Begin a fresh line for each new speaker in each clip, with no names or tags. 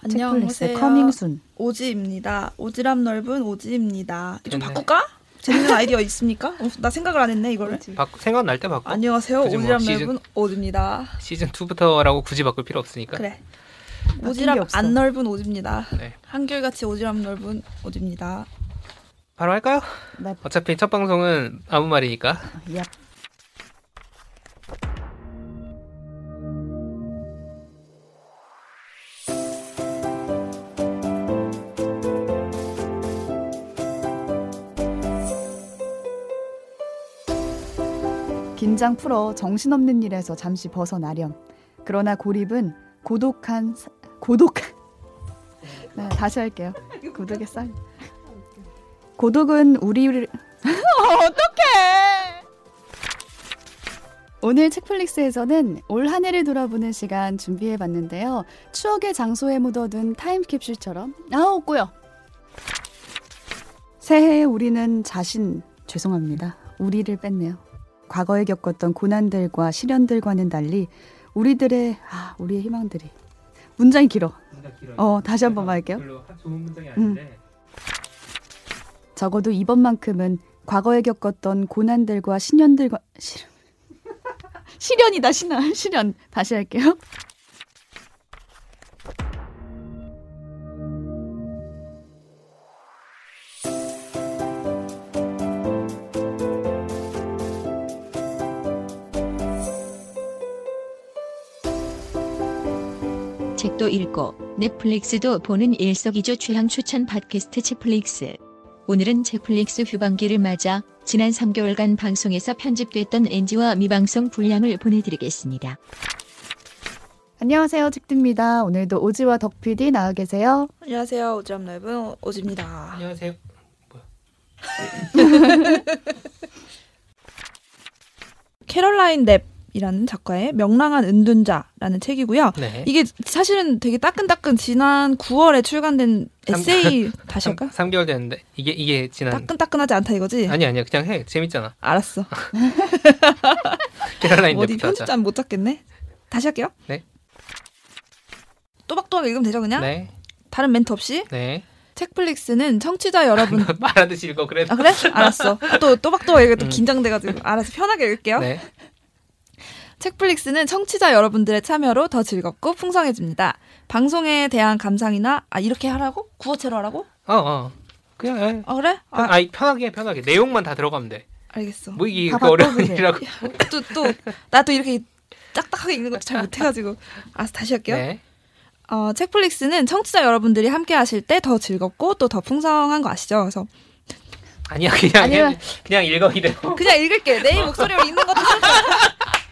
안녕하세요.
책플릭스의 커밍순.
오지입니다. 오지랖 넓은 오지입니다. 이거 좀
됐네.
바꿀까? 재밌는 아이디어 있습니까? 어, 나 생각을 안 했네 이거를.
바, 생각날 때 바꿔.
안녕하세요.
그지
오지랖
뭐, 시즌-
넓은 오지입니다.
시즌 2부터라고 굳이 바꿀 필요 없으니까.
그래.
바뀐 게
오지랖
없어.
안 넓은 오지입니다.
네.
한결같이 오지랖 넓은 오지입니다.
바로 할까요?
네. 예.
어차피 첫 방송은 아무 말이니까.
야, 긴장 풀어 정신없는 일에서 잠시 벗어나렴. 그러나 고립은 고독한 사- 고독한 네, 다시 할게요. 고독의 쌀. 고독은 우리를 어떡해! 오늘 책플릭스에서는 올 한 해를 돌아보는 시간 준비해봤는데요. 추억의 장소에 묻어둔 타임캡슐처럼 아우 꼬여! 새해에 우리는 자신, 죄송합니다. 우리를 뺐네요. 과거에 겪었던 고난들과 시련들과는 달리 우리들의, 아, 우리의 희망들이. 문장이 길어. 어, 다시 한번 할게요.
별로 좋은 문장이
음.
아닌데. 적어도 이번만큼은 과거에 겪었던 고난들과 신년들과 실... 실현이다 신화 실현 다시 할게요.
책도 읽고 넷플릭스도 보는 일석이조 취향 추천 팟캐스트 책플릭스. 오늘은 책플릭스 휴방기를 맞아 지난 3개월간 방송에서 편집됐던 NG와 미방송 분량을 보내드리겠습니다.
안녕하세요 책입니다. 오늘도 오지와 덕PD 나와 계세요.
안녕하세요. 오지랖 넓은 오지입니다.
안녕하세요.
캐럴라인 랩이라는 작가의 명랑한 은둔자라는 책이고요.
네.
이게 사실은 되게 따끈따끈 지난 9월에 출간된
삼-
에세이 다시
삼
할까?
3개월 됐는데 이게 이게 지난
따끈따끈하지 않다 이거지?
아니 아니야 그냥 해 재밌잖아
알았어.
캐럴라인
아, 어디
대표자
편집자 못 잡겠네. 다시 할게요.
뭐 네.
또박또박 읽으면 되죠 그냥?
네네 네.
다른 멘트 없이? 책플릭스는 청취자 여러분
말하듯이 읽어 그래도
아 그래? 알았어. 또 또박또박 읽어 또
음.
긴장돼가지고 알아서 편하게 읽을게요.
네
책플릭스는 청취자 여러분들의 참여로 더 즐겁고 풍성해집니다. 방송에 대한 감상이나 아 이렇게 하라고? 구어체로 하라고?
어어 그냥 해.
아 그래?
편,
아
아, 니 편하게 해, 편하게 내용만 다 들어가면
알겠어.
돼뭐 이게
다
그 어려운
바꿔보세요.
일이라고
또 또 나 또 이렇게 딱딱하게 읽는 것도 잘 못해가지고 알았어 다시 할게요.
네
어, 책플릭스는 청취자 여러분들이 함께 하실 때 더 즐겁고 또 더 풍성한 거 아시죠? 그래서
아니야 그냥
아니면-
해. 그냥 읽어 이대로
그냥 읽을게. 내 목소리로 읽는 것도 싫어.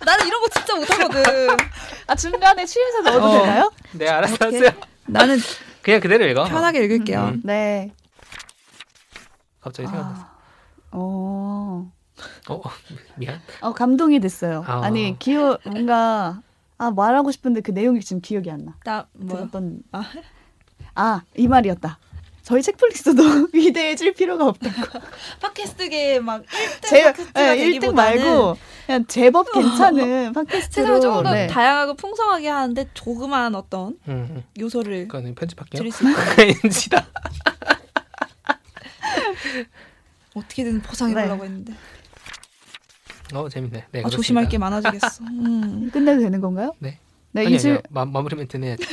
나는 이런 거 진짜 못하거든.
아 중간에 취임사 넣어도
어.
되나요?
네 알았어
어떡해.
알았어요
나는
그냥 그대로 읽어
편하게 읽을게요.
음.
네.
갑자기 생각났어
아. 어.
어, 어 미안
어 감동이 됐어요.
아.
아니 기억 뭔가 아 말하고 싶은데 그 내용이 지금 기억이 안 나.
나 뭐야?
들었던
아.
아이 말이었다. 저희 책플릭스도 위대해질 필요가 없다고.
팟캐스트계 막 1등
제
팟캐스트가
예, 1등
되기보다는
말고 그냥 제법 괜찮은
세상을
팟캐스트로
조금 더
네.
다양하고 풍성하게 하는데 조그마한 어떤
음, 음.
요소를
그거는 편집할게요 그러니까
드릴 수 있다.
인지다
어떻게든
네.
보상해보려고 했는데
어 재밌네 네
아,
그렇습니다.
조심할 게 많아지겠어. 음.
끝내도 되는 건가요?
네.
네,
아니 아니요
이주
마, 마무리 멘트는 해야지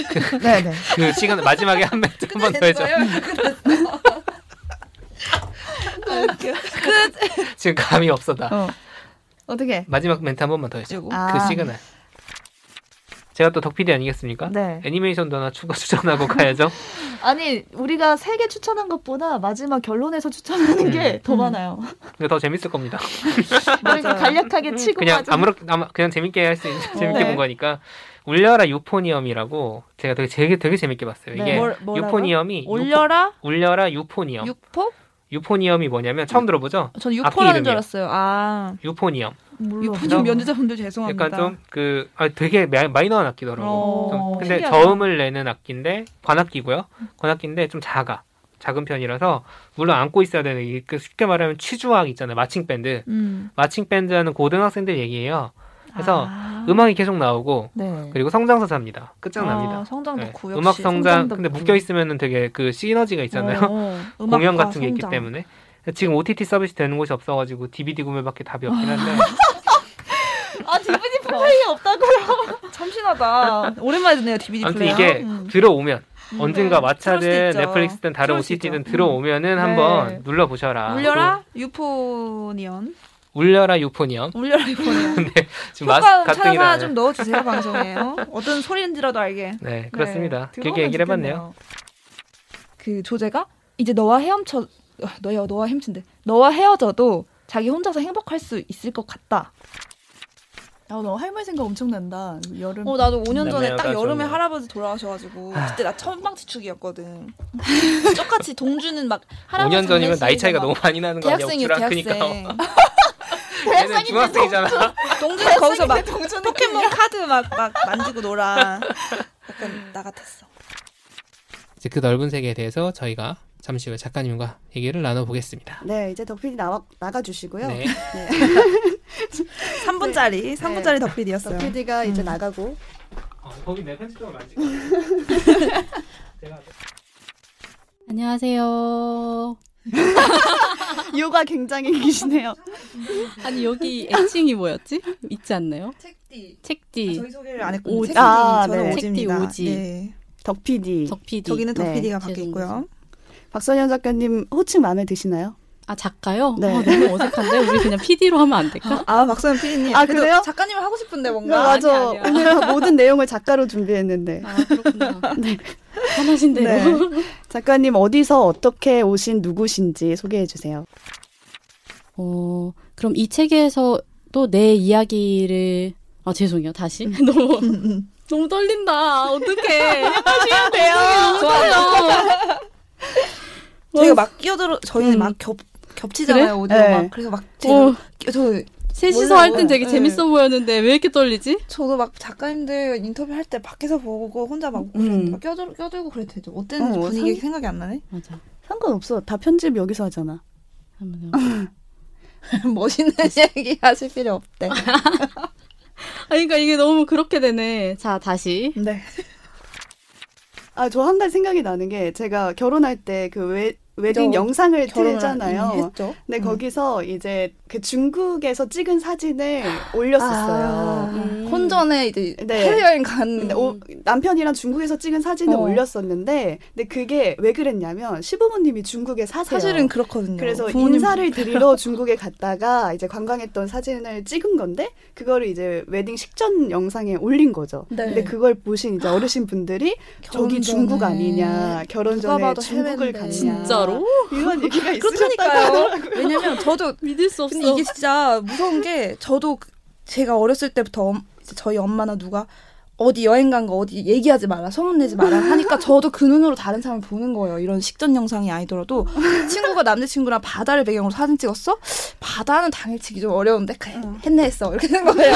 네, 네.
그 시간 마지막에 한 멘트 한 번 더 해줘 아,
아,
지금 감이 없어 나
어. 어떻게?
마지막 멘트 한 번만 더 해줘.
그리고
아.
그 시그널. 제가 또 덕피디 아니겠습니까?
네.
애니메이션도 하나 추가 추천하고 가야죠.
아니, 우리가 세 개 추천한 것보다 마지막 결론에서 추천하는 게 더
음.
많아요.
근데 더 재밌을 겁니다.
그러니까 간략하게 치고
음, 그냥
가자.
아무렇게 아마 그냥 재밌게 할 수 있는 재밌게
네.
본 거니까 울려라 유포니엄이라고 제가 되게 되게 되게 재밌게 봤어요.
네.
이게
뭘- 뭐라고요?
유포니엄이 유포,
올려라
울려라 유포니엄.
육포?
유포니엄이 뭐냐면 처음 들어보죠.
전
악기
육포라는 줄
이름이요.
알았어요. 아
유포니엄.
몰라.
육포 면제자분들 죄송합니다.
약간 좀 그 아, 되게 마- 마이너한 악기더라고.
어,
좀- 근데
신기하다.
저음을 내는 악기인데 관악기고요. 관악기인데 좀 작아. 작은 편이라서 물론 안고 있어야 되는 이게 그 쉽게 말하면 취주악 있잖아요. 마칭 밴드.
음.
마칭 밴드하는 고등학생들 얘기예요. 그래서
아.
음악이 계속 나오고
네.
그리고 성장서사입니다. 끝장납니다.
아, 성장
네.
넣고 역시
음악 성장
성장도
근데
넣고.
묶여 있으면은 되게 그 시너지가 있잖아요.
어, 음악과
공연 같은 게 있기
성장.
때문에 지금 OTT 서비스 되는 곳이 없어가지고 DVD 구매밖에 답이 없긴 한데
아 DVD 플레이 없다고요? 참신하다. 오랜만에 듣네요 DVD
아무튼
플레이.
이게
음.
들어오면
음.
언젠가
그럴
마차든
수도 있죠.
넷플릭스든 다른
그럴 수
OTT든
있죠.
들어오면은
네.
한번 눌러보셔라.
울려라
음.
유포니언.
울려라 유포니엄.
울려라 유포니언.
지금 마스
효과음 찾아서
가뜩이나
좀 넣어주세요 방송에. 어? 어떤 소리인지라도 알게.
네 그렇습니다.
네,
길게 얘기를 해봤네요.
들어보면 좋겠네요. 그 조제가 이제 너와 헤엄쳐 아, 너야 너와 헤엄친데 너와 헤어져도 자기 혼자서 행복할 수 있을 것 같다.
아, 너 할머니 생각 엄청 난다. 여름.
어 나도 5년 전에
남매가
딱 여름에
좋네요.
할아버지 돌아가셔가지고 그때 나 천방지축이었거든. 똑같이 동주는 막 할아버지
5년 전이면 나이
장례식에서
차이가
막
너무 많이 나는 거 아니야?
대학생이요
우주랑
대학생.
크니까. 얘는 중학생이잖아.
동주는 거기서 막 포켓몬 카드 막 막 만지고 놀아. 약간 나 같았어.
이제 그 넓은 세계에 대해서 저희가 잠시 후에 작가님과 얘기를 나눠보겠습니다.
네, 이제 덕필이 나와 나가 주시고요.
네.
3분짜리 3분짜리 네. 덕비디였어요.
덕필이가 이제
음.
나가고
어, 거기 내 편집점을 만지고. 제가
안녕하세요.
요가 굉장히 기시네요.
아니 여기 애칭이 뭐였지? 있지 않나요?
책디.
책디,
아, 저희 소개를 안 했고
오지.
책디.
아,
저는
네.
오지입니다.
책디 오지.
네.
덕필이
적피디.
저기는
네.
덕피디가 바뀌
죄송해요.
있고요.
박선현 작가님 호칭 마음에 드시나요?
아 작가요?
네.
아, 너무 어색한데 우리 그냥 PD로 하면 안 될까?
아 박서연 피디님.
아,
그래도
그래요?
작가님은 하고 싶은데 뭔가.
아, 맞아.
아니야, 아니야.
오늘 다 모든 내용을 작가로 준비했는데
아 그렇구나. 편하신 대로.
작가님 어디서 어떻게 오신 누구신지 소개해 주세요.
어 그럼 이 책에서 또 내 이야기를 아 죄송해요 다시 너무 너무 떨린다. 어떡해. 하시면 돼요. 좋아요.
저희가 막 끼어들어 저희는
음.
막 겹 겹치잖아요 오디오
네.
막 그래서 막
어,
제가 끼- 저
셋이서
원래
할 땐
원래,
되게
네.
재밌어 보였는데 왜 이렇게 떨리지?
저도 막 작가님들 인터뷰 할 때 밖에서 보고 혼자 막,
음.
막 껴들 껴들고 그래도 되죠. 어땠는지
어,
분위기 생각이 안 나네.
맞아.
상관없어. 다 편집 여기서 하잖아.
한번
멋있는 얘기 하실 필요 없대.
아, 그러니까 이게 너무 그렇게 되네. 자, 다시.
네.
아, 저 한 가지 생각이 나는 게 제가 결혼할 때 그 웨딩
그죠.
영상을
어, 결혼을
틀잖아요.
이미 했죠.
근데
음.
거기서 이제 그 중국에서 찍은 사진을 올렸었어요.
아,
음.
혼전에 이제
네.
해외 여행 간
근데 오- 남편이랑 중국에서 찍은 사진을
어.
올렸었는데, 근데 그게 왜 그랬냐면 시부모님이 중국에 사세요.
사실은 그렇거든요.
그래서
부모님
인사를 드리러 중국에 갔다가 이제 관광했던 사진을 찍은 건데 그거를 이제 웨딩 식전 영상에 올린 거죠.
네.
근데 그걸 보신 이제 어르신 분들이
결혼
저기
전에
중국 아니냐, 결혼
누가
전에
봐도
중국을
해외인데.
갔냐,
진짜로?
이런 얘기가
그렇죠.
있으셨다고.
그렇다니까요. 왜냐면 저도
믿을 수 없어.
근데 이게 진짜 무서운 게 저도 그- 제가 어렸을 때부터 엄- 이제 저희 엄마나 누가 어디 여행 간 거 어디 얘기하지 마라 소문 내지 마라 하니까 저도 그 눈으로 다른 사람을 보는 거예요. 이런 식전 영상이 아니더라도 친구가 남자친구랑 바다를 배경으로 사진 찍었어? 바다는 당일치기 좀 어려운데 그래, 했네 했어 이렇게 된 거예요.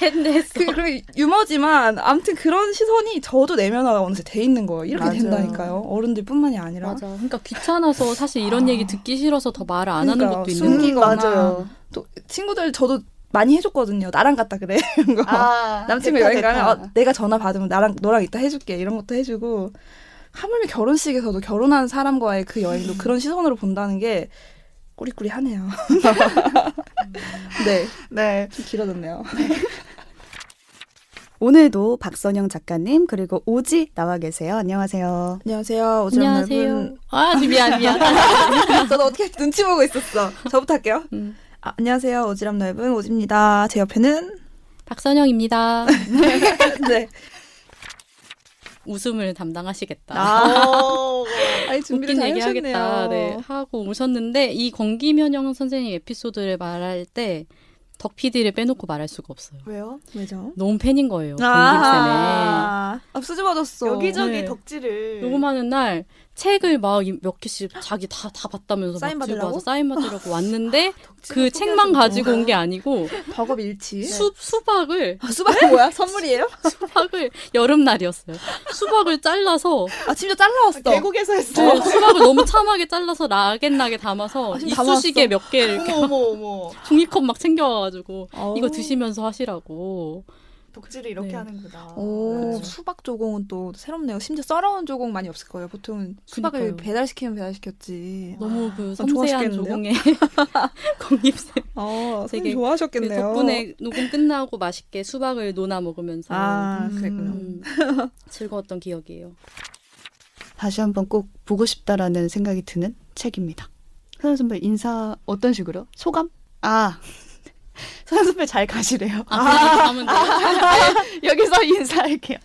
했네 했어.
그, 그 유머지만 아무튼 그런 시선이 저도 내면화가 어느새 돼 있는 거예요. 이렇게
맞아요.
된다니까요. 어른들뿐만이 아니라
맞아. 그러니까 귀찮아서 사실 이런 얘기 듣기 싫어서 더 말을 안
그러니까요.
하는 것도
숨-
있는
음,
맞아요.
맞아요. 또 친구들 저도 많이 해줬거든요. 나랑 갔다 그래 이런 거.
아,
남친이
됐다,
여행 가면
됐다.
어, 내가 전화 받으면 나랑 너랑 이따 해줄게 이런 것도 해주고 하물며 결혼식에서도 결혼한 사람과의 그 여행도
음.
그런 시선으로 본다는 게 꾸리꾸리하네요. 네,
네.
좀 길어졌네요.
오늘도 박선영 작가님 그리고 오지 나와 계세요. 안녕하세요.
안녕하세요. 오지랖
안녕하세요.
넓은
아, 미안 미안.
저도 어떻게 눈치 보고 있었어. 저부터 할게요.
음.
아, 안녕하세요. 오지랖 넓은 오지입니다. 제 옆에는
박선영입니다.
네.
웃음을 담당하시겠다.
아,
아니 준비를
웃긴
잘
얘기 하겠다.
하셨네요.
네, 하고 오셨는데 이 권기면영 선생님 에피소드를 말할 때 덕피디를 빼놓고 말할 수가 없어요.
왜요?
왜죠?
너무 팬인 거예요.
어,
권김쌤의.
아, 아, 수줍어졌어.
여기저기
네.
덕질을
녹음하는 날 책을 막 몇 개씩 자기 다 다 봤다면서
사인
막 들고
받으려고? 아,
와서 사인 받으려고 왔는데 그
포기할
책만
수도
가지고 온
없구나.
게 아니고
버겁 일치.
수, 수박을
아, 수박이 뭐야? 선물이에요?
수박을 여름날이었어요. 수박을 잘라서
아, 심지어 잘라왔어.
계곡에서
네,
했어.
수박을 너무 참하게 잘라서 나긋나게 담아서
아, 지금
이쑤시개 몇 개를 이렇게
어머 어머 어머.
종이컵 막 챙겨와가지고
어우.
이거 드시면서 하시라고
복지를 이렇게
네.
하는구나.
오,
그렇죠.
수박 조공은 또 새롭네요. 심지어 썰어온 조공 많이 없을 거예요. 보통 수박을
그니까요.
배달시키면 배달시켰지.
너무 그
전
섬세한
좋아하시겠는데요?
조공의 공입생
어,
되게 그
좋아하셨겠네요.
덕분에 녹음 끝나고 맛있게 수박을 논아 먹으면서
아, 그랬구나.
음, 즐거웠던 기억이에요.
다시 한번 꼭 보고 싶다라는 생각이 드는 책입니다. 서현 선배 인사 어떤 식으로? 소감? 아 서현 선배 잘 가시래요.
아, 다음은 아,
여기서 인사할게요.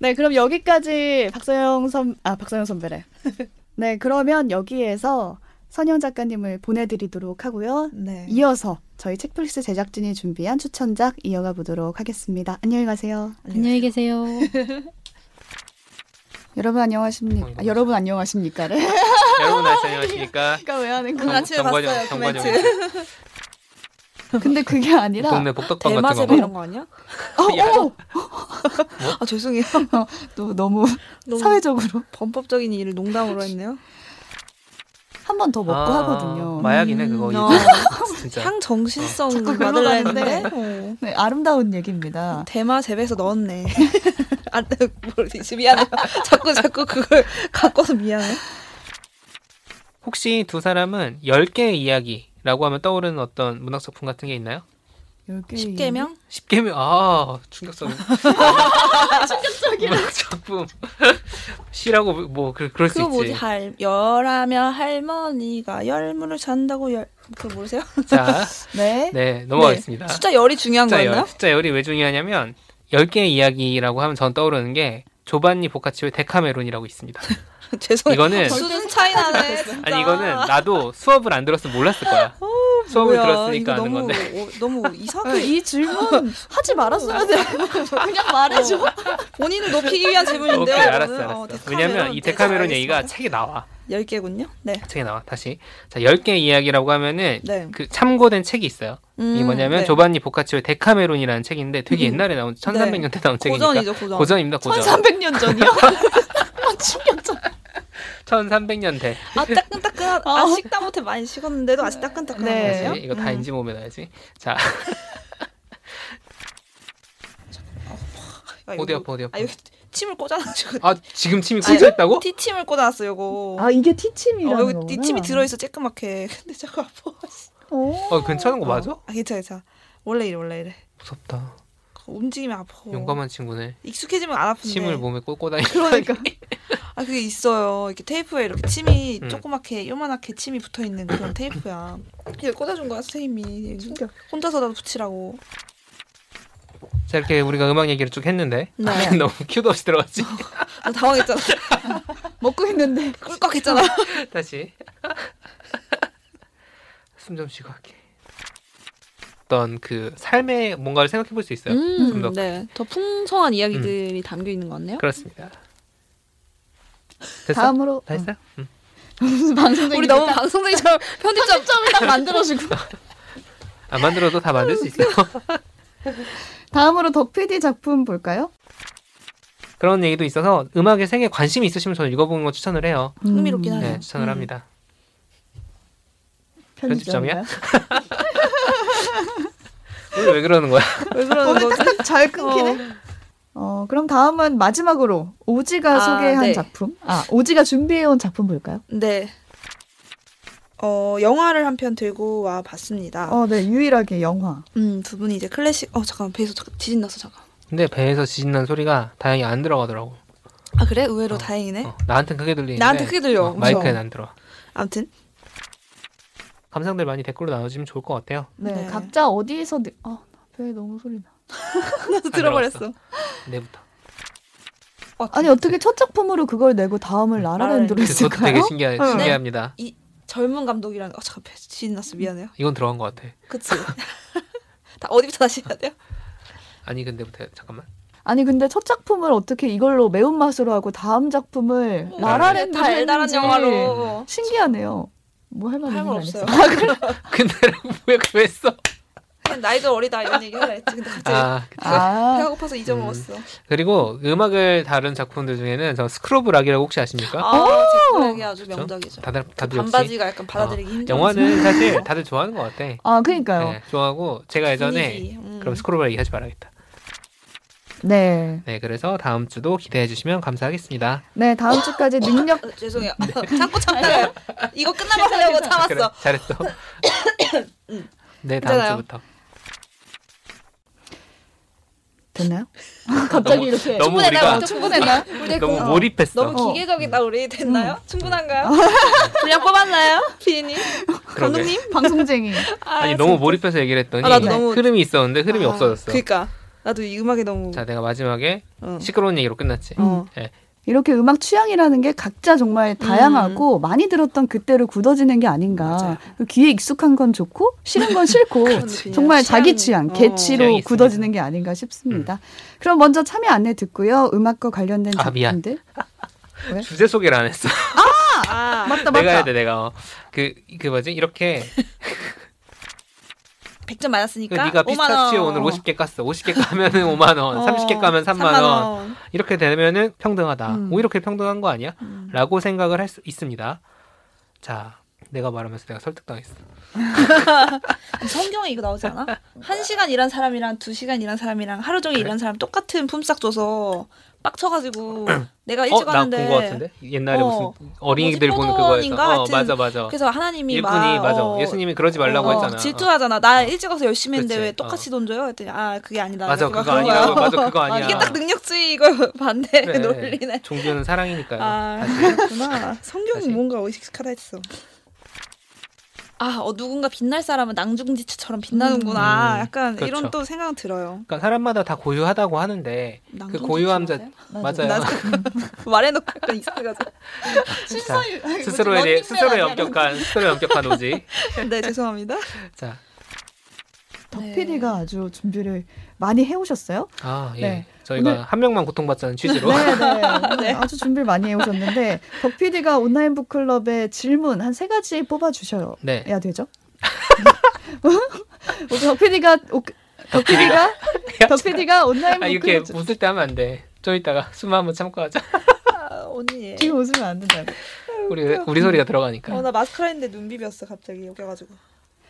네, 그럼 여기까지 박서영 선, 아, 박서영 선배래. 네, 그러면 여기에서 선영 작가님을 보내드리도록 하고요.
네.
이어서 저희 책플릭스 제작진이 준비한 추천작 이어가 보도록 하겠습니다. 안녕히 가세요.
안녕히 계세요.
여러분 안녕하십니까?
어이구.
아, 여러분 안녕하십니까?
여러분
아,
안녕하십니까?
그러니까 왜 하는
오늘 아침에 봤어요, 그
정관용.
근데 그게 아니라 어,
동네 복덕방 같은
대마제비
거.
이런 거 아니야?
야,
아 죄송해요.
또 너무
너무
사회적으로
범법적인 일을 농담으로 했네요.
한 번 더 먹고
아,
하거든요.
마약이네 그거.
음,
이거.
어.
진짜. 아,
향정신성
자꾸
받으려
흘러가는데.
했는데 어.
네, 아름다운 얘기입니다.
대마 재배에서 넣었네. 아, 뭘 이제 미안해요. 자꾸 자꾸 그걸 갖고서 미안해.
혹시 두 사람은 10개의 이야기라고 하면 떠오르는 어떤 문학 작품 같은 게 있나요?
열 개의 이야기?
음.
10개명?
10개면 아, 충격적인. 충격적인 문학 작품. 시라고 뭐 그, 그럴 수
그거 뭐지?
있지.
할 열하면 할머니가 열무를 잔다고 열 그거 모르세요?
자,
네.
네, 넘어가겠습니다.
숫자 열이 중요한
숫자
거였나요?
열, 숫자 열이 왜 중요하냐면 10개의 이야기라고 하면 전 떠오르는 게 조반니 보카치오의 데카메론이라고 있습니다.
죄송해요.
이거는
수준 차이 나네. 진짜.
아니 이거는 나도 수업을 안 들었으면 몰랐을 거야.
어,
수업을
뭐야,
들었으니까
이거
아는
너무,
건데.
어, 너무
어,
이상해.
이 질문 하지 말았어야 돼. 어. 그냥 말해줘.
본인을 높이기 위한 질문인데요.
오케이 알았어
이거는.
알았어.
어, 데카메론,
왜냐면
네,
이 데카메론
네,
얘기가
알겠습니다.
책에 나와.
열 개군요. 네,
책에 나와. 다시 자 10개의 이야기라고 하면은
네.
그 참고된 책이 있어요.
음,
이게 뭐냐면
네.
조반니 보카치오의 데카메론이라는 책인데 되게
음.
옛날에 나온 1300년대 나온 책이니까
고전이죠, 고전.
고전입니다 고전.
1300년 전이요? 아, 충격적.
1300년대.
아 따끈따끈한 아 식다 못해 많이 식었는데도 아직 따끈따끈한
네.
거예요? 음.
다시 이거 다 인지 몸에 넣어야지. 자
아, 이거-
어디 아파 어디 아파.
아 이거 침을 꽂아놨죠.
아 뭐? 지금 침이 꽂혔다고?
티침을 꽂아놨어 요거.
아, 이게
어,
티침이라는
여기
거구나.
티침이 들어있어 쬐끄맣게. 근데 자꾸 아파.
어 괜찮은 거 맞아?
아 괜찮아 괜찮아. 원래 이래 원래 이래.
무섭다.
어. 움직이면 아파.
용감한 친구네.
익숙해지면 안 아픈데.
침을 뭐? 몸에 꽂고 다니.
네. 그러니까. 아 그게 있어요. 이렇게 테이프에 이렇게 침이
음.
조그맣게 요만하게 침이 붙어 있는 그런 테이프야. 이걸 꽂아준 거야 선생님이. 혼자서라도 붙이라고.
자 이렇게 우리가 음악 얘기를 쭉 했는데
네.
너무 큐도 없이 들어갔지.
나 당황했잖아.
먹고 있는데.
꿀꺽했잖아.
다시 숨 좀 쉬고 할게. 어떤 그 삶의 뭔가를 생각해 볼 수 있어요. 좀 더.
네. 더 풍성한 이야기들이
음.
담겨 있는 것 같네요.
그렇습니다. 됐어?
다음으로
다 했어요? 응.
방송쟁이
우리 너무 방송쟁이처럼 편집점
편집점을 딱 만들어주고
안 만들어도 다 만들 수 있어요.
다음으로 덕 PD 작품 볼까요?
그런 얘기도 있어서 음악의 생에 관심이 있으시면 저는 읽어보는 거 추천을 해요.
음. 흥미롭긴
네,
하네요.
추천을 합니다.
편집점인가요?
오늘 왜 그러는 거야?
왜 그러는 거지?
어,
어.
잘 끊기네. 어, 그럼 다음은 마지막으로 오지가
아,
소개한
네.
작품. 아, 오지가 준비해온 작품 볼까요?
네. 어, 영화를 한 편 들고 와 봤습니다.
어, 네, 유일하게 영화.
음, 두 분이 이제 클래식, 어, 잠깐, 배에서 잠깐 지진 났어, 잠깐.
근데 배에서 지진난 소리가 다행히 안 들어가더라고.
아, 그래? 의외로
어,
다행이네.
어, 나한테 크게 들리는데
나한테 크게 들려.
어, 마이크엔
그쵸?
안 들어.
아무튼.
감상들 많이 댓글로 나눠주면 좋을 것 같아요.
네,
네.
각자 어디에서 느... 아, 배 너무 소리 나.
나도 들어버렸어.
내부터.
아니, 어떻게 첫 작품으로 그걸 내고
네.
다음을 라라랜드로
그것도
했을까요?
되게 신기하,
응.
신기합니다.
젊은 감독이라는, 어, 잠깐, 배에서 지진 났어, 미안해요.
이건 들어간 것 같아.
그치? 다 어디부터 다시 해야 돼요?
아니 근데 부터 잠깐만.
아니, 근데 첫 작품을 어떻게 이걸로 매운맛으로 하고 다음 작품을 라라랜드로
네, 달달한
했는지 음.
영화로.
신기하네요. 뭐 할 말이
할 말
있는
없어요.
거 아니겠어요?
근데 왜 그랬어?
그냥 나이도 어리다, 이런 얘기 하려 했지. 근데 갑자기
아 음.
아,
배가 고파서 잊어먹었어.
그리고 음악을 다룬 작품들 중에는 저 스크로브락이라고 혹시 아십니까?
어.
아, 제 고향이 아주 명작이죠.
다들 다들 역시
반바지가 약간 받아들이기 힘들어.
영화는 사실 다들 좋아하는 것 같아.
아, 그러니까요.
네, 좋아하고 제가 예전에
분위기, 음.
그럼 스크로브락 얘기하지 말아야겠다.
네.
네, 그래서 다음 주도 기대해 주시면 감사하겠습니다.
네, 다음 주까지 능력
어, 죄송해요. 참고 참다가 이거 끝나면 하려고
네. 그래,
참았어.
잘했어. 네, 다음
괜찮아요.
주부터.
됐나요?
갑자기 이렇게 너무 우리가
충분했나요? 우리
너무
공-
몰입했어. 음. 어.
너무
어.
기계적이다 우리 됐나요? 충분한가요? 그냥 뽑았나요? 피디님?
그러게.
방송쟁이.
아,
아니 너무 몰입해서 얘기를 했더니
아, 나도 너무-
흐름이 있었는데 흐름이
아,
없어졌어.
그니까 나도 이 음악에 너무
자, 내가 마지막에
어.
시끄러운 얘기로 끝났지. 예,
어.
이렇게 음악 취향이라는 게 각자 정말 다양하고
음.
많이 들었던 그때로 굳어지는 게 아닌가. 그 귀에 익숙한 건 좋고 싫은 건 싫고
그렇죠. 그렇지.
정말 자기
취향이-
취향,
어.
개취로
취향이 있습니다.
굳어지는 게 아닌가 싶습니다. 그럼 먼저 참여 안내 듣고요. 음악과 관련된
아, 미안.
작품들
주제 소개를 안 했어.
아,
맞다
내가 해야
맞다.
돼, 내가. 어. 그, 그 뭐지? 이렇게.
100점
그
맞았으니까
네가
5만 그러니까? 원. 어.
피스타치오 오늘 50개 깠어. 50개 까면은 5만 원, 30개 까면 3만, 원. 이렇게 되면은 평등하다.
음.
오히려 그게 평등한 거 아니야?
음.
라고 생각을 할 수 있습니다. 자, 내가 말하면서 내가 설득당했어.
성경에 이거 나오지 않아? 한 시간 일한 사람이랑 두 시간 일한 사람이랑 하루 종일
그래?
일한 사람 똑같은 품삯 줘서 빡쳐가지고 내가
어,
일찍
나 본
왔는데
거 같은데? 옛날에
어.
무슨 어린이들
뭐지?
보는 그거에서.
포도원인가?
어,
하여튼
맞아, 맞아.
그래서 하나님이
일꾼이
막
맞아.
어,
예수님이 그러지 말라고
어,
했잖아. 어.
질투하잖아. 나 일찍 와서 열심히 했는데
그치. 어.
왜 똑같이 돈 줘요? 했더니 아 그게 아니다.
맞아,
그래서 막
그거
그런 거야. 어,
아니라고. 맞아, 그거 아니야.
이게 딱 능력주의 이거 반대
그래.
논리네.
종교는 사랑이니까요.
아 그렇구나. 성경이
다시.
뭔가 어색하다 했어. 아 어, 누군가 빛날 사람은 낭중지추처럼 빛나는구나.
음.
약간
그렇죠.
이런 또 생각 들어요.
그러니까 사람마다 다 고유하다고 하는데 그
낭중지추
고유함 자
아세요?
맞아요.
나 말해놓고 약간 익숙해가지고.
자, 스스로에 대해 스스로에 엄격한 스스로에 엄격한 오지.
네 죄송합니다.
자,
덕피디가 아주 준비를 많이 해오셨어요.
아 예,
네.
저희가
오늘-
한 명만 고통받자는 취지로
네,
아,
네. 아주 준비를 많이 해오셨는데 덕피디가 온라인 북클럽에 질문 한 세 가지 뽑아주셔야
네.
되죠. 네. 덕피디가 덕피디가 덕피디가 온라인
아 이렇게
북클럽
웃을 때 하면 안 돼. 좀 이따가 숨 한번 참고 하자.
아, 언니.
지금 웃으면 안 된다고.
우리 우리 소리가 들어가니까.
어나 마스크라 했는데 눈 비볐어 갑자기 여겨가지고.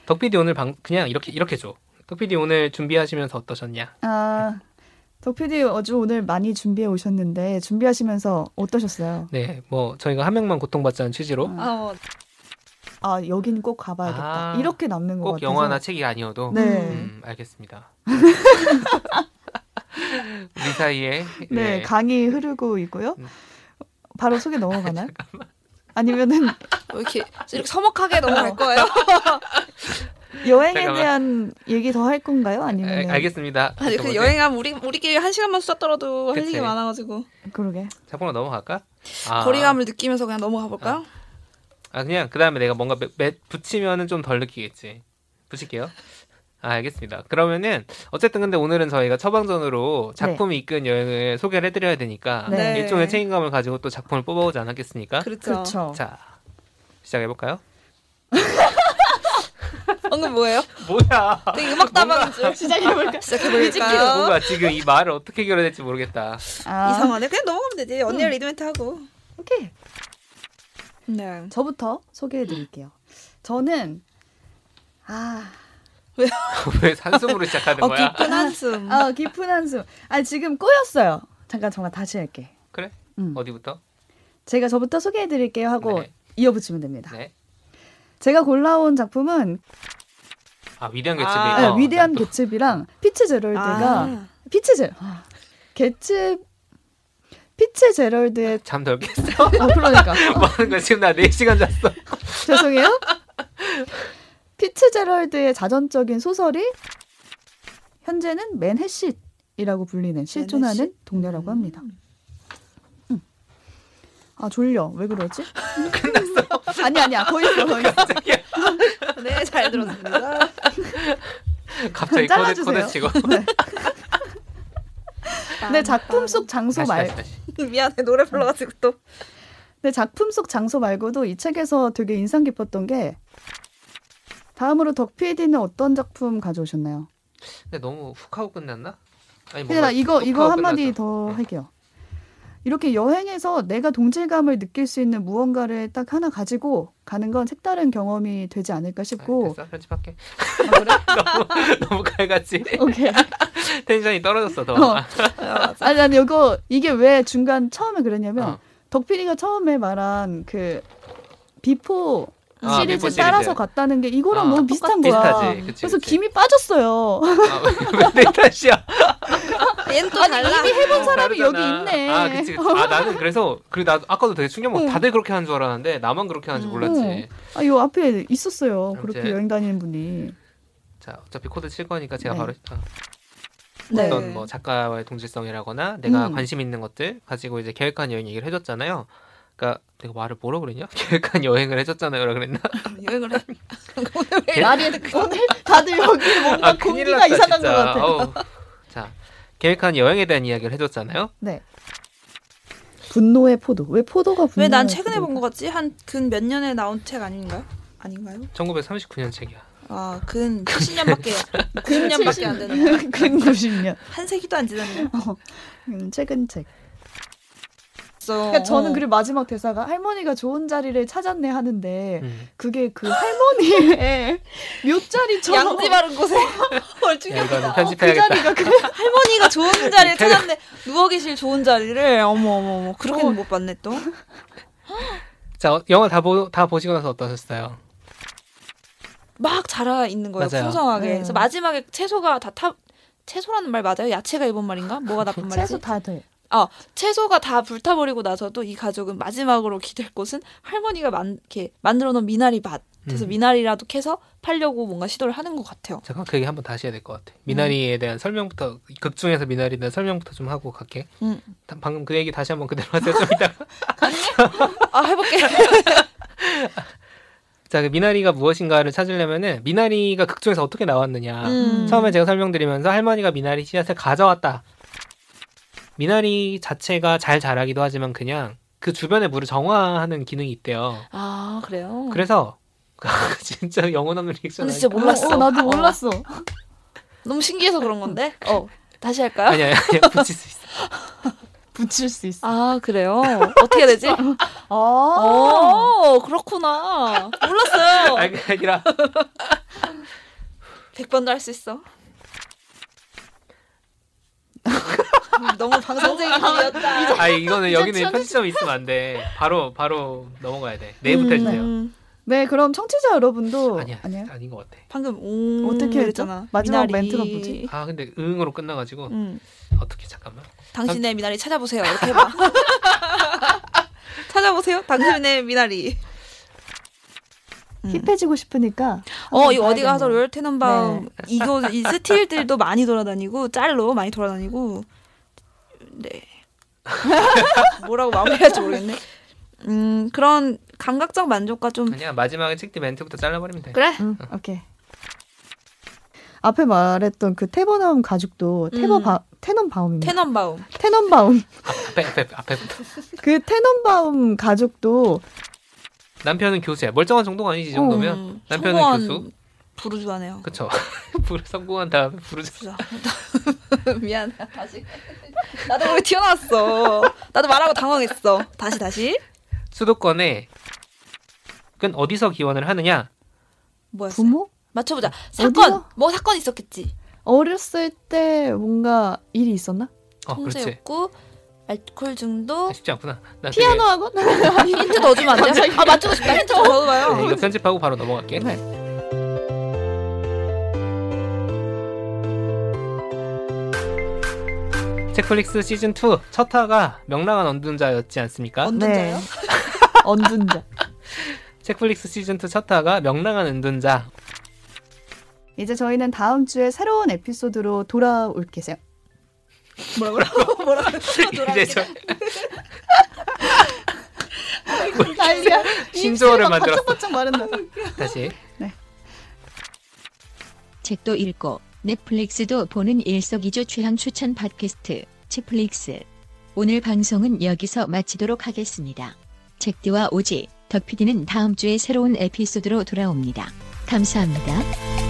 덕피디 오늘 방 그냥 이렇게 이렇게 줘. 덕피디 오늘 준비하시면서 어떠셨냐?
아, 덕피디 아주 오늘 많이 준비해 오셨는데 준비하시면서 어떠셨어요?
네, 뭐 저희가 한 명만 고통받자는 취지로
아 어,
아, 여긴 꼭 가봐야겠다.
아,
이렇게 남는 것
꼭
같아서.
영화나 책이 아니어도
뭐 네.
음, 알겠습니다. 우리 사이에
네,
예.
강이 흐르고 있고요.
음.
바로 소개 넘어가나요? 아니면은
왜뭐 이렇게 이렇게 서먹하게 넘어갈 거예요?
여행에
잠깐만.
대한 얘기 더 할 건가요? 아니면
예, 알- 알겠습니다.
네. 아니 그 여행하면 우리 우리끼리 한 시간만 수다 떨어도 할
그치.
얘기 많아가지고
그러게.
작품으로 넘어갈까? 아,
거리감을 느끼면서 그냥 넘어가 볼까요?
아 그냥 그 다음에 내가 뭔가 매, 매, 붙이면은 좀 덜 느끼겠지. 붙일게요. 아 알겠습니다. 그러면은 어쨌든 근데 오늘은 저희가 처방전으로
네.
작품이 이끈 여행을 소개를 해드려야 되니까
네.
일종의 책임감을 가지고 또 작품을 뽑아오지 않았겠습니까?
그렇죠.
그렇죠.
자 시작해볼까요?
방금 뭐예요?
뭐야?
되게 음악 담아는 줄 시작해볼까? 시작해볼까요?
뭔가 지금 이 말을 어떻게 결해야 될지 모르겠다.
아,
이상하네. 그냥 넘어가면 되지. 언니가 리드멘트 하고.
오케이.
네.
저부터 소개해 드릴게요. 저는 아,
왜 산숨으로 시작하는
어
거야?
깊은
음.
한숨.
아 깊은 한숨. 아 지금 꼬였어요. 잠깐 잠깐 다시 할게.
그래?
음.
어디부터?
제가 저부터 소개해 드릴게요 하고
네.
이어붙이면 됩니다.
네.
제가 골라온 작품은
아 위대한 개츠비.
아,
네,
어,
위대한
난 또-
개츠비랑 피츠 제럴드가
아.
피츠 제럴 아, 개츠 피츠 제럴드의
잠덜 깼어.
어, 그러니까
뭐 하는 거야? 지금 나 4시간 잤어.
죄송해요. 피츠 제럴드의 자전적인 소설이 현재는 맨해시이라고 불리는 실존하는 동네라고 합니다. 음. 아 졸려 왜 그러지? 끝났어. 아니 아니야 거의 있어 거의 있어.
갑자기
네, 잘 들었습니다.
갑자기 코드
잘라주세요.
코드 치고.
네 작품 속 장소
다시,
말
다시, 다시.
아, 미안해 노래 불러가지고 또.
근데 네, 작품 속 장소 말고도 이 책에서 되게 인상 깊었던 게 다음으로 덕피디는 어떤 작품 가져오셨나요?
근데 너무 훅 하고 끝났나? 아니
근데 나
뭔가
이거
훅
이거
하고 네.
한마디
끝났어.
더
응.
할게요. 이렇게 여행에서 내가 동질감을 느낄 수 있는 무언가를 딱 하나 가지고 가는 건 색다른 경험이 되지 않을까
아니,
싶고
됐어 편집할게. 너무 너무 갈같이
오케이
텐션이 떨어졌어 더.
어. 아니 난 이거 이게 왜 중간 처음에 그랬냐면
어.
덕필이가 처음에 말한 그 비포
아,
시리즈
비포 시리즈.
따라서 갔다는 게 이거랑
어,
너무 비슷한 거야.
비슷하지. 그치,
그래서
그치.
김이 빠졌어요.
아, 왜내 탓이야?
얘는 또 달라.
이미 해본 사람이
다르잖아.
여기 있네.
아, 그치, 그치. 아, 나는 그래서 그리고 나 아까도 되게 충격 먹.
응.
다들 그렇게 하는 줄 알았는데 나만 그렇게 하는지
응.
몰랐지.
아, 요 앞에 있었어요. 그렇게
이제-
여행 다니는 분이.
자, 어차피 코드 칠 거니까 제가
네.
바로 아,
네.
어떤 뭐 작가와의 동질성이라거나 내가
음.
관심 있는 것들 가지고 이제 계획한 여행 얘기를 해줬잖아요. 그러니까 내가 말을 뭐라 그랬냐? 계획한 여행을 해줬잖아요라 그랬나?
여행을 해.
음.
오늘
걔-
왜 말이
네. 오늘 다들 여기 뭔가 아,
아,
공기가 이상한 것 같아.
어우. 자, 계획한 여행에 대한 이야기를 해줬잖아요.
네. 분노의 포도. 왜 포도가 분노?
왜 난 최근에 본 것 같지? 한 근 몇 년에 나온 책 아닌가요? 아닌가요?
1939년 책이야.
아, 근 70년밖에 근 년밖에 안 되네.
근 90년.
한 세기도 안 지났네.
음, 최근 책.
그러니까
그러니까 저는 그리고 마지막 대사가 할머니가 좋은 자리를 찾았네 하는데
음.
그게 그 할머니의 묘자리처럼
양지 바른 곳에 뭘
야,
충격.
이거는
그
편집해야겠다.
자리가 그
어, 할머니가 좋은 자리를 찾았네. 누워 계실 좋은 자리를 어머 어머 어머 그렇게는 못 봤네 또.
그
자, 어, 영화 다, 보, 다 보시고 나서 어떠셨어요?
막 자라 있는 거예요.
맞아요.
풍성하게.
네.
그래서 마지막에 채소가 다 타. 채소라는 말 맞아요? 야채가 일본 말인가? 뭐가 나쁜 말이지?
채소 다 돼.
채소... 가다 불타버리고 나서도 이 가족은 마지막으로 기댈 곳은 할머니가 만, 이렇게 만들어놓은 미나리 밭. 그래서
음.
미나리라도 캐서 팔려고 뭔가 시도를 하는 것 같아요.
잠깐 그 얘기 한번 다시 해야 될 것 같아. 미나리에
음.
대한 설명부터 극 중에서 미나리에 대한 설명부터 좀 하고 갈게.
음.
다- 방금 그 얘기 다시 한번 그대로 하세요. 좀 이따가.
아 해볼게.
자, 그 미나리가 무엇인가를 찾으려면은 미나리가 극 중에서 어떻게 나왔느냐.
음.
처음에 제가 설명드리면서 할머니가 미나리 씨앗을 가져왔다. 미나리 자체가 잘 자라기도 하지만 그냥 그 주변의 물을 정화하는 기능이 있대요.
아 그래요.
그래서 진짜 영혼 없는 리액션
근데 진짜
아니-
몰랐어.
어, 나도 몰랐어.
너무 신기해서 그런 건데. 어 다시 할까요?
아니 아니 아니 붙일 수 있어.
붙일 수 있어.
아 그래요. 어떻게 해야 되지?
아,
아.
어 그렇구나. 몰랐어요.
아니, 그게 아니라
100번도 할 수 있어. 너무 방송적인 일이었다.
아 이거는 여기는 편집점이 있으면 안 돼. 바로 바로 넘어가야 돼.
음.
내일부터 해주세요.
네, 그럼 청취자 여러분도
아니야
아니야.
아닌 것 같아.
방금 음,
어떻게 했죠?
그랬잖아.
마지막
미나리.
멘트가 뭐지?
아 근데 응으로 끝나가지고
음,
어떻게 잠깐만.
당신의 미나리 찾아보세요. 이렇게 해봐. 찾아보세요. 당신의 미나리. 음.
힙해지고 싶으니까.
어, 이거
한번
어디 가서
봐야겠네요.
로열 테넌바움 이거 이 스틸들도 많이 돌아다니고 짤로 많이 돌아다니고 네 뭐라고 마무리할지 모르겠네. 음 그런 감각적 만족과 좀
그냥 마지막에 찍디 멘트부터 잘라버리면 돼.
그래
음, 오케이. 앞에 말했던 그 테버나움 가죽도 테버
음.
바, 테넌바움입니다.
테넌바움
테넌바움.
앞에 앞에 앞에부터.
그 테넌바움 가죽도
남편은 교수야. 멀쩡한 정도가 아니지 이 정도면.
음,
남편은
성공한
교수?
부르주아네요.
그쵸. 불 성공한 다음에 부르자.
부르주아 미안 다시 나도 모르게 튀어나왔어. 나도 말하고 당황했어. 다시 다시
수도권에 그건 어디서 기원을 하느냐?
뭐였어?
부모?
맞춰보자. 사건
어디서?
뭐 사건 있었겠지.
어렸을 때 뭔가 일이 있었나?
어 그렇지.
통제였고 알코올
아,
중독
쉽지 않구나. 나 되게-
피아노하고
힌트 더 주면 안 돼요? 아 맞추고 싶다. 힌트 좀
네,
넣어봐요.
이거 편집하고 바로 넘어갈게. 네. 체플릭스 시즌 2 첫화가 명랑한 언둔자였지 않습니까?
언둔자요?
네. 언둔자.
체플릭스 시즌 2 첫화가 명랑한 은둔자.
이제 저희는 다음 주에 새로운 에피소드로 돌아올 게세요.
이제 저
난리야.
신조어를 만들었어.
바짝바짝 마른다.
다시
책도 읽고 넷플릭스도 보는 일석이조 취향 추천 팟캐스트 책플릭스 오늘 방송은 여기서 마치도록 하겠습니다. 책디와 오지 덕피디는 다음 주에 새로운 에피소드로 돌아옵니다. 감사합니다.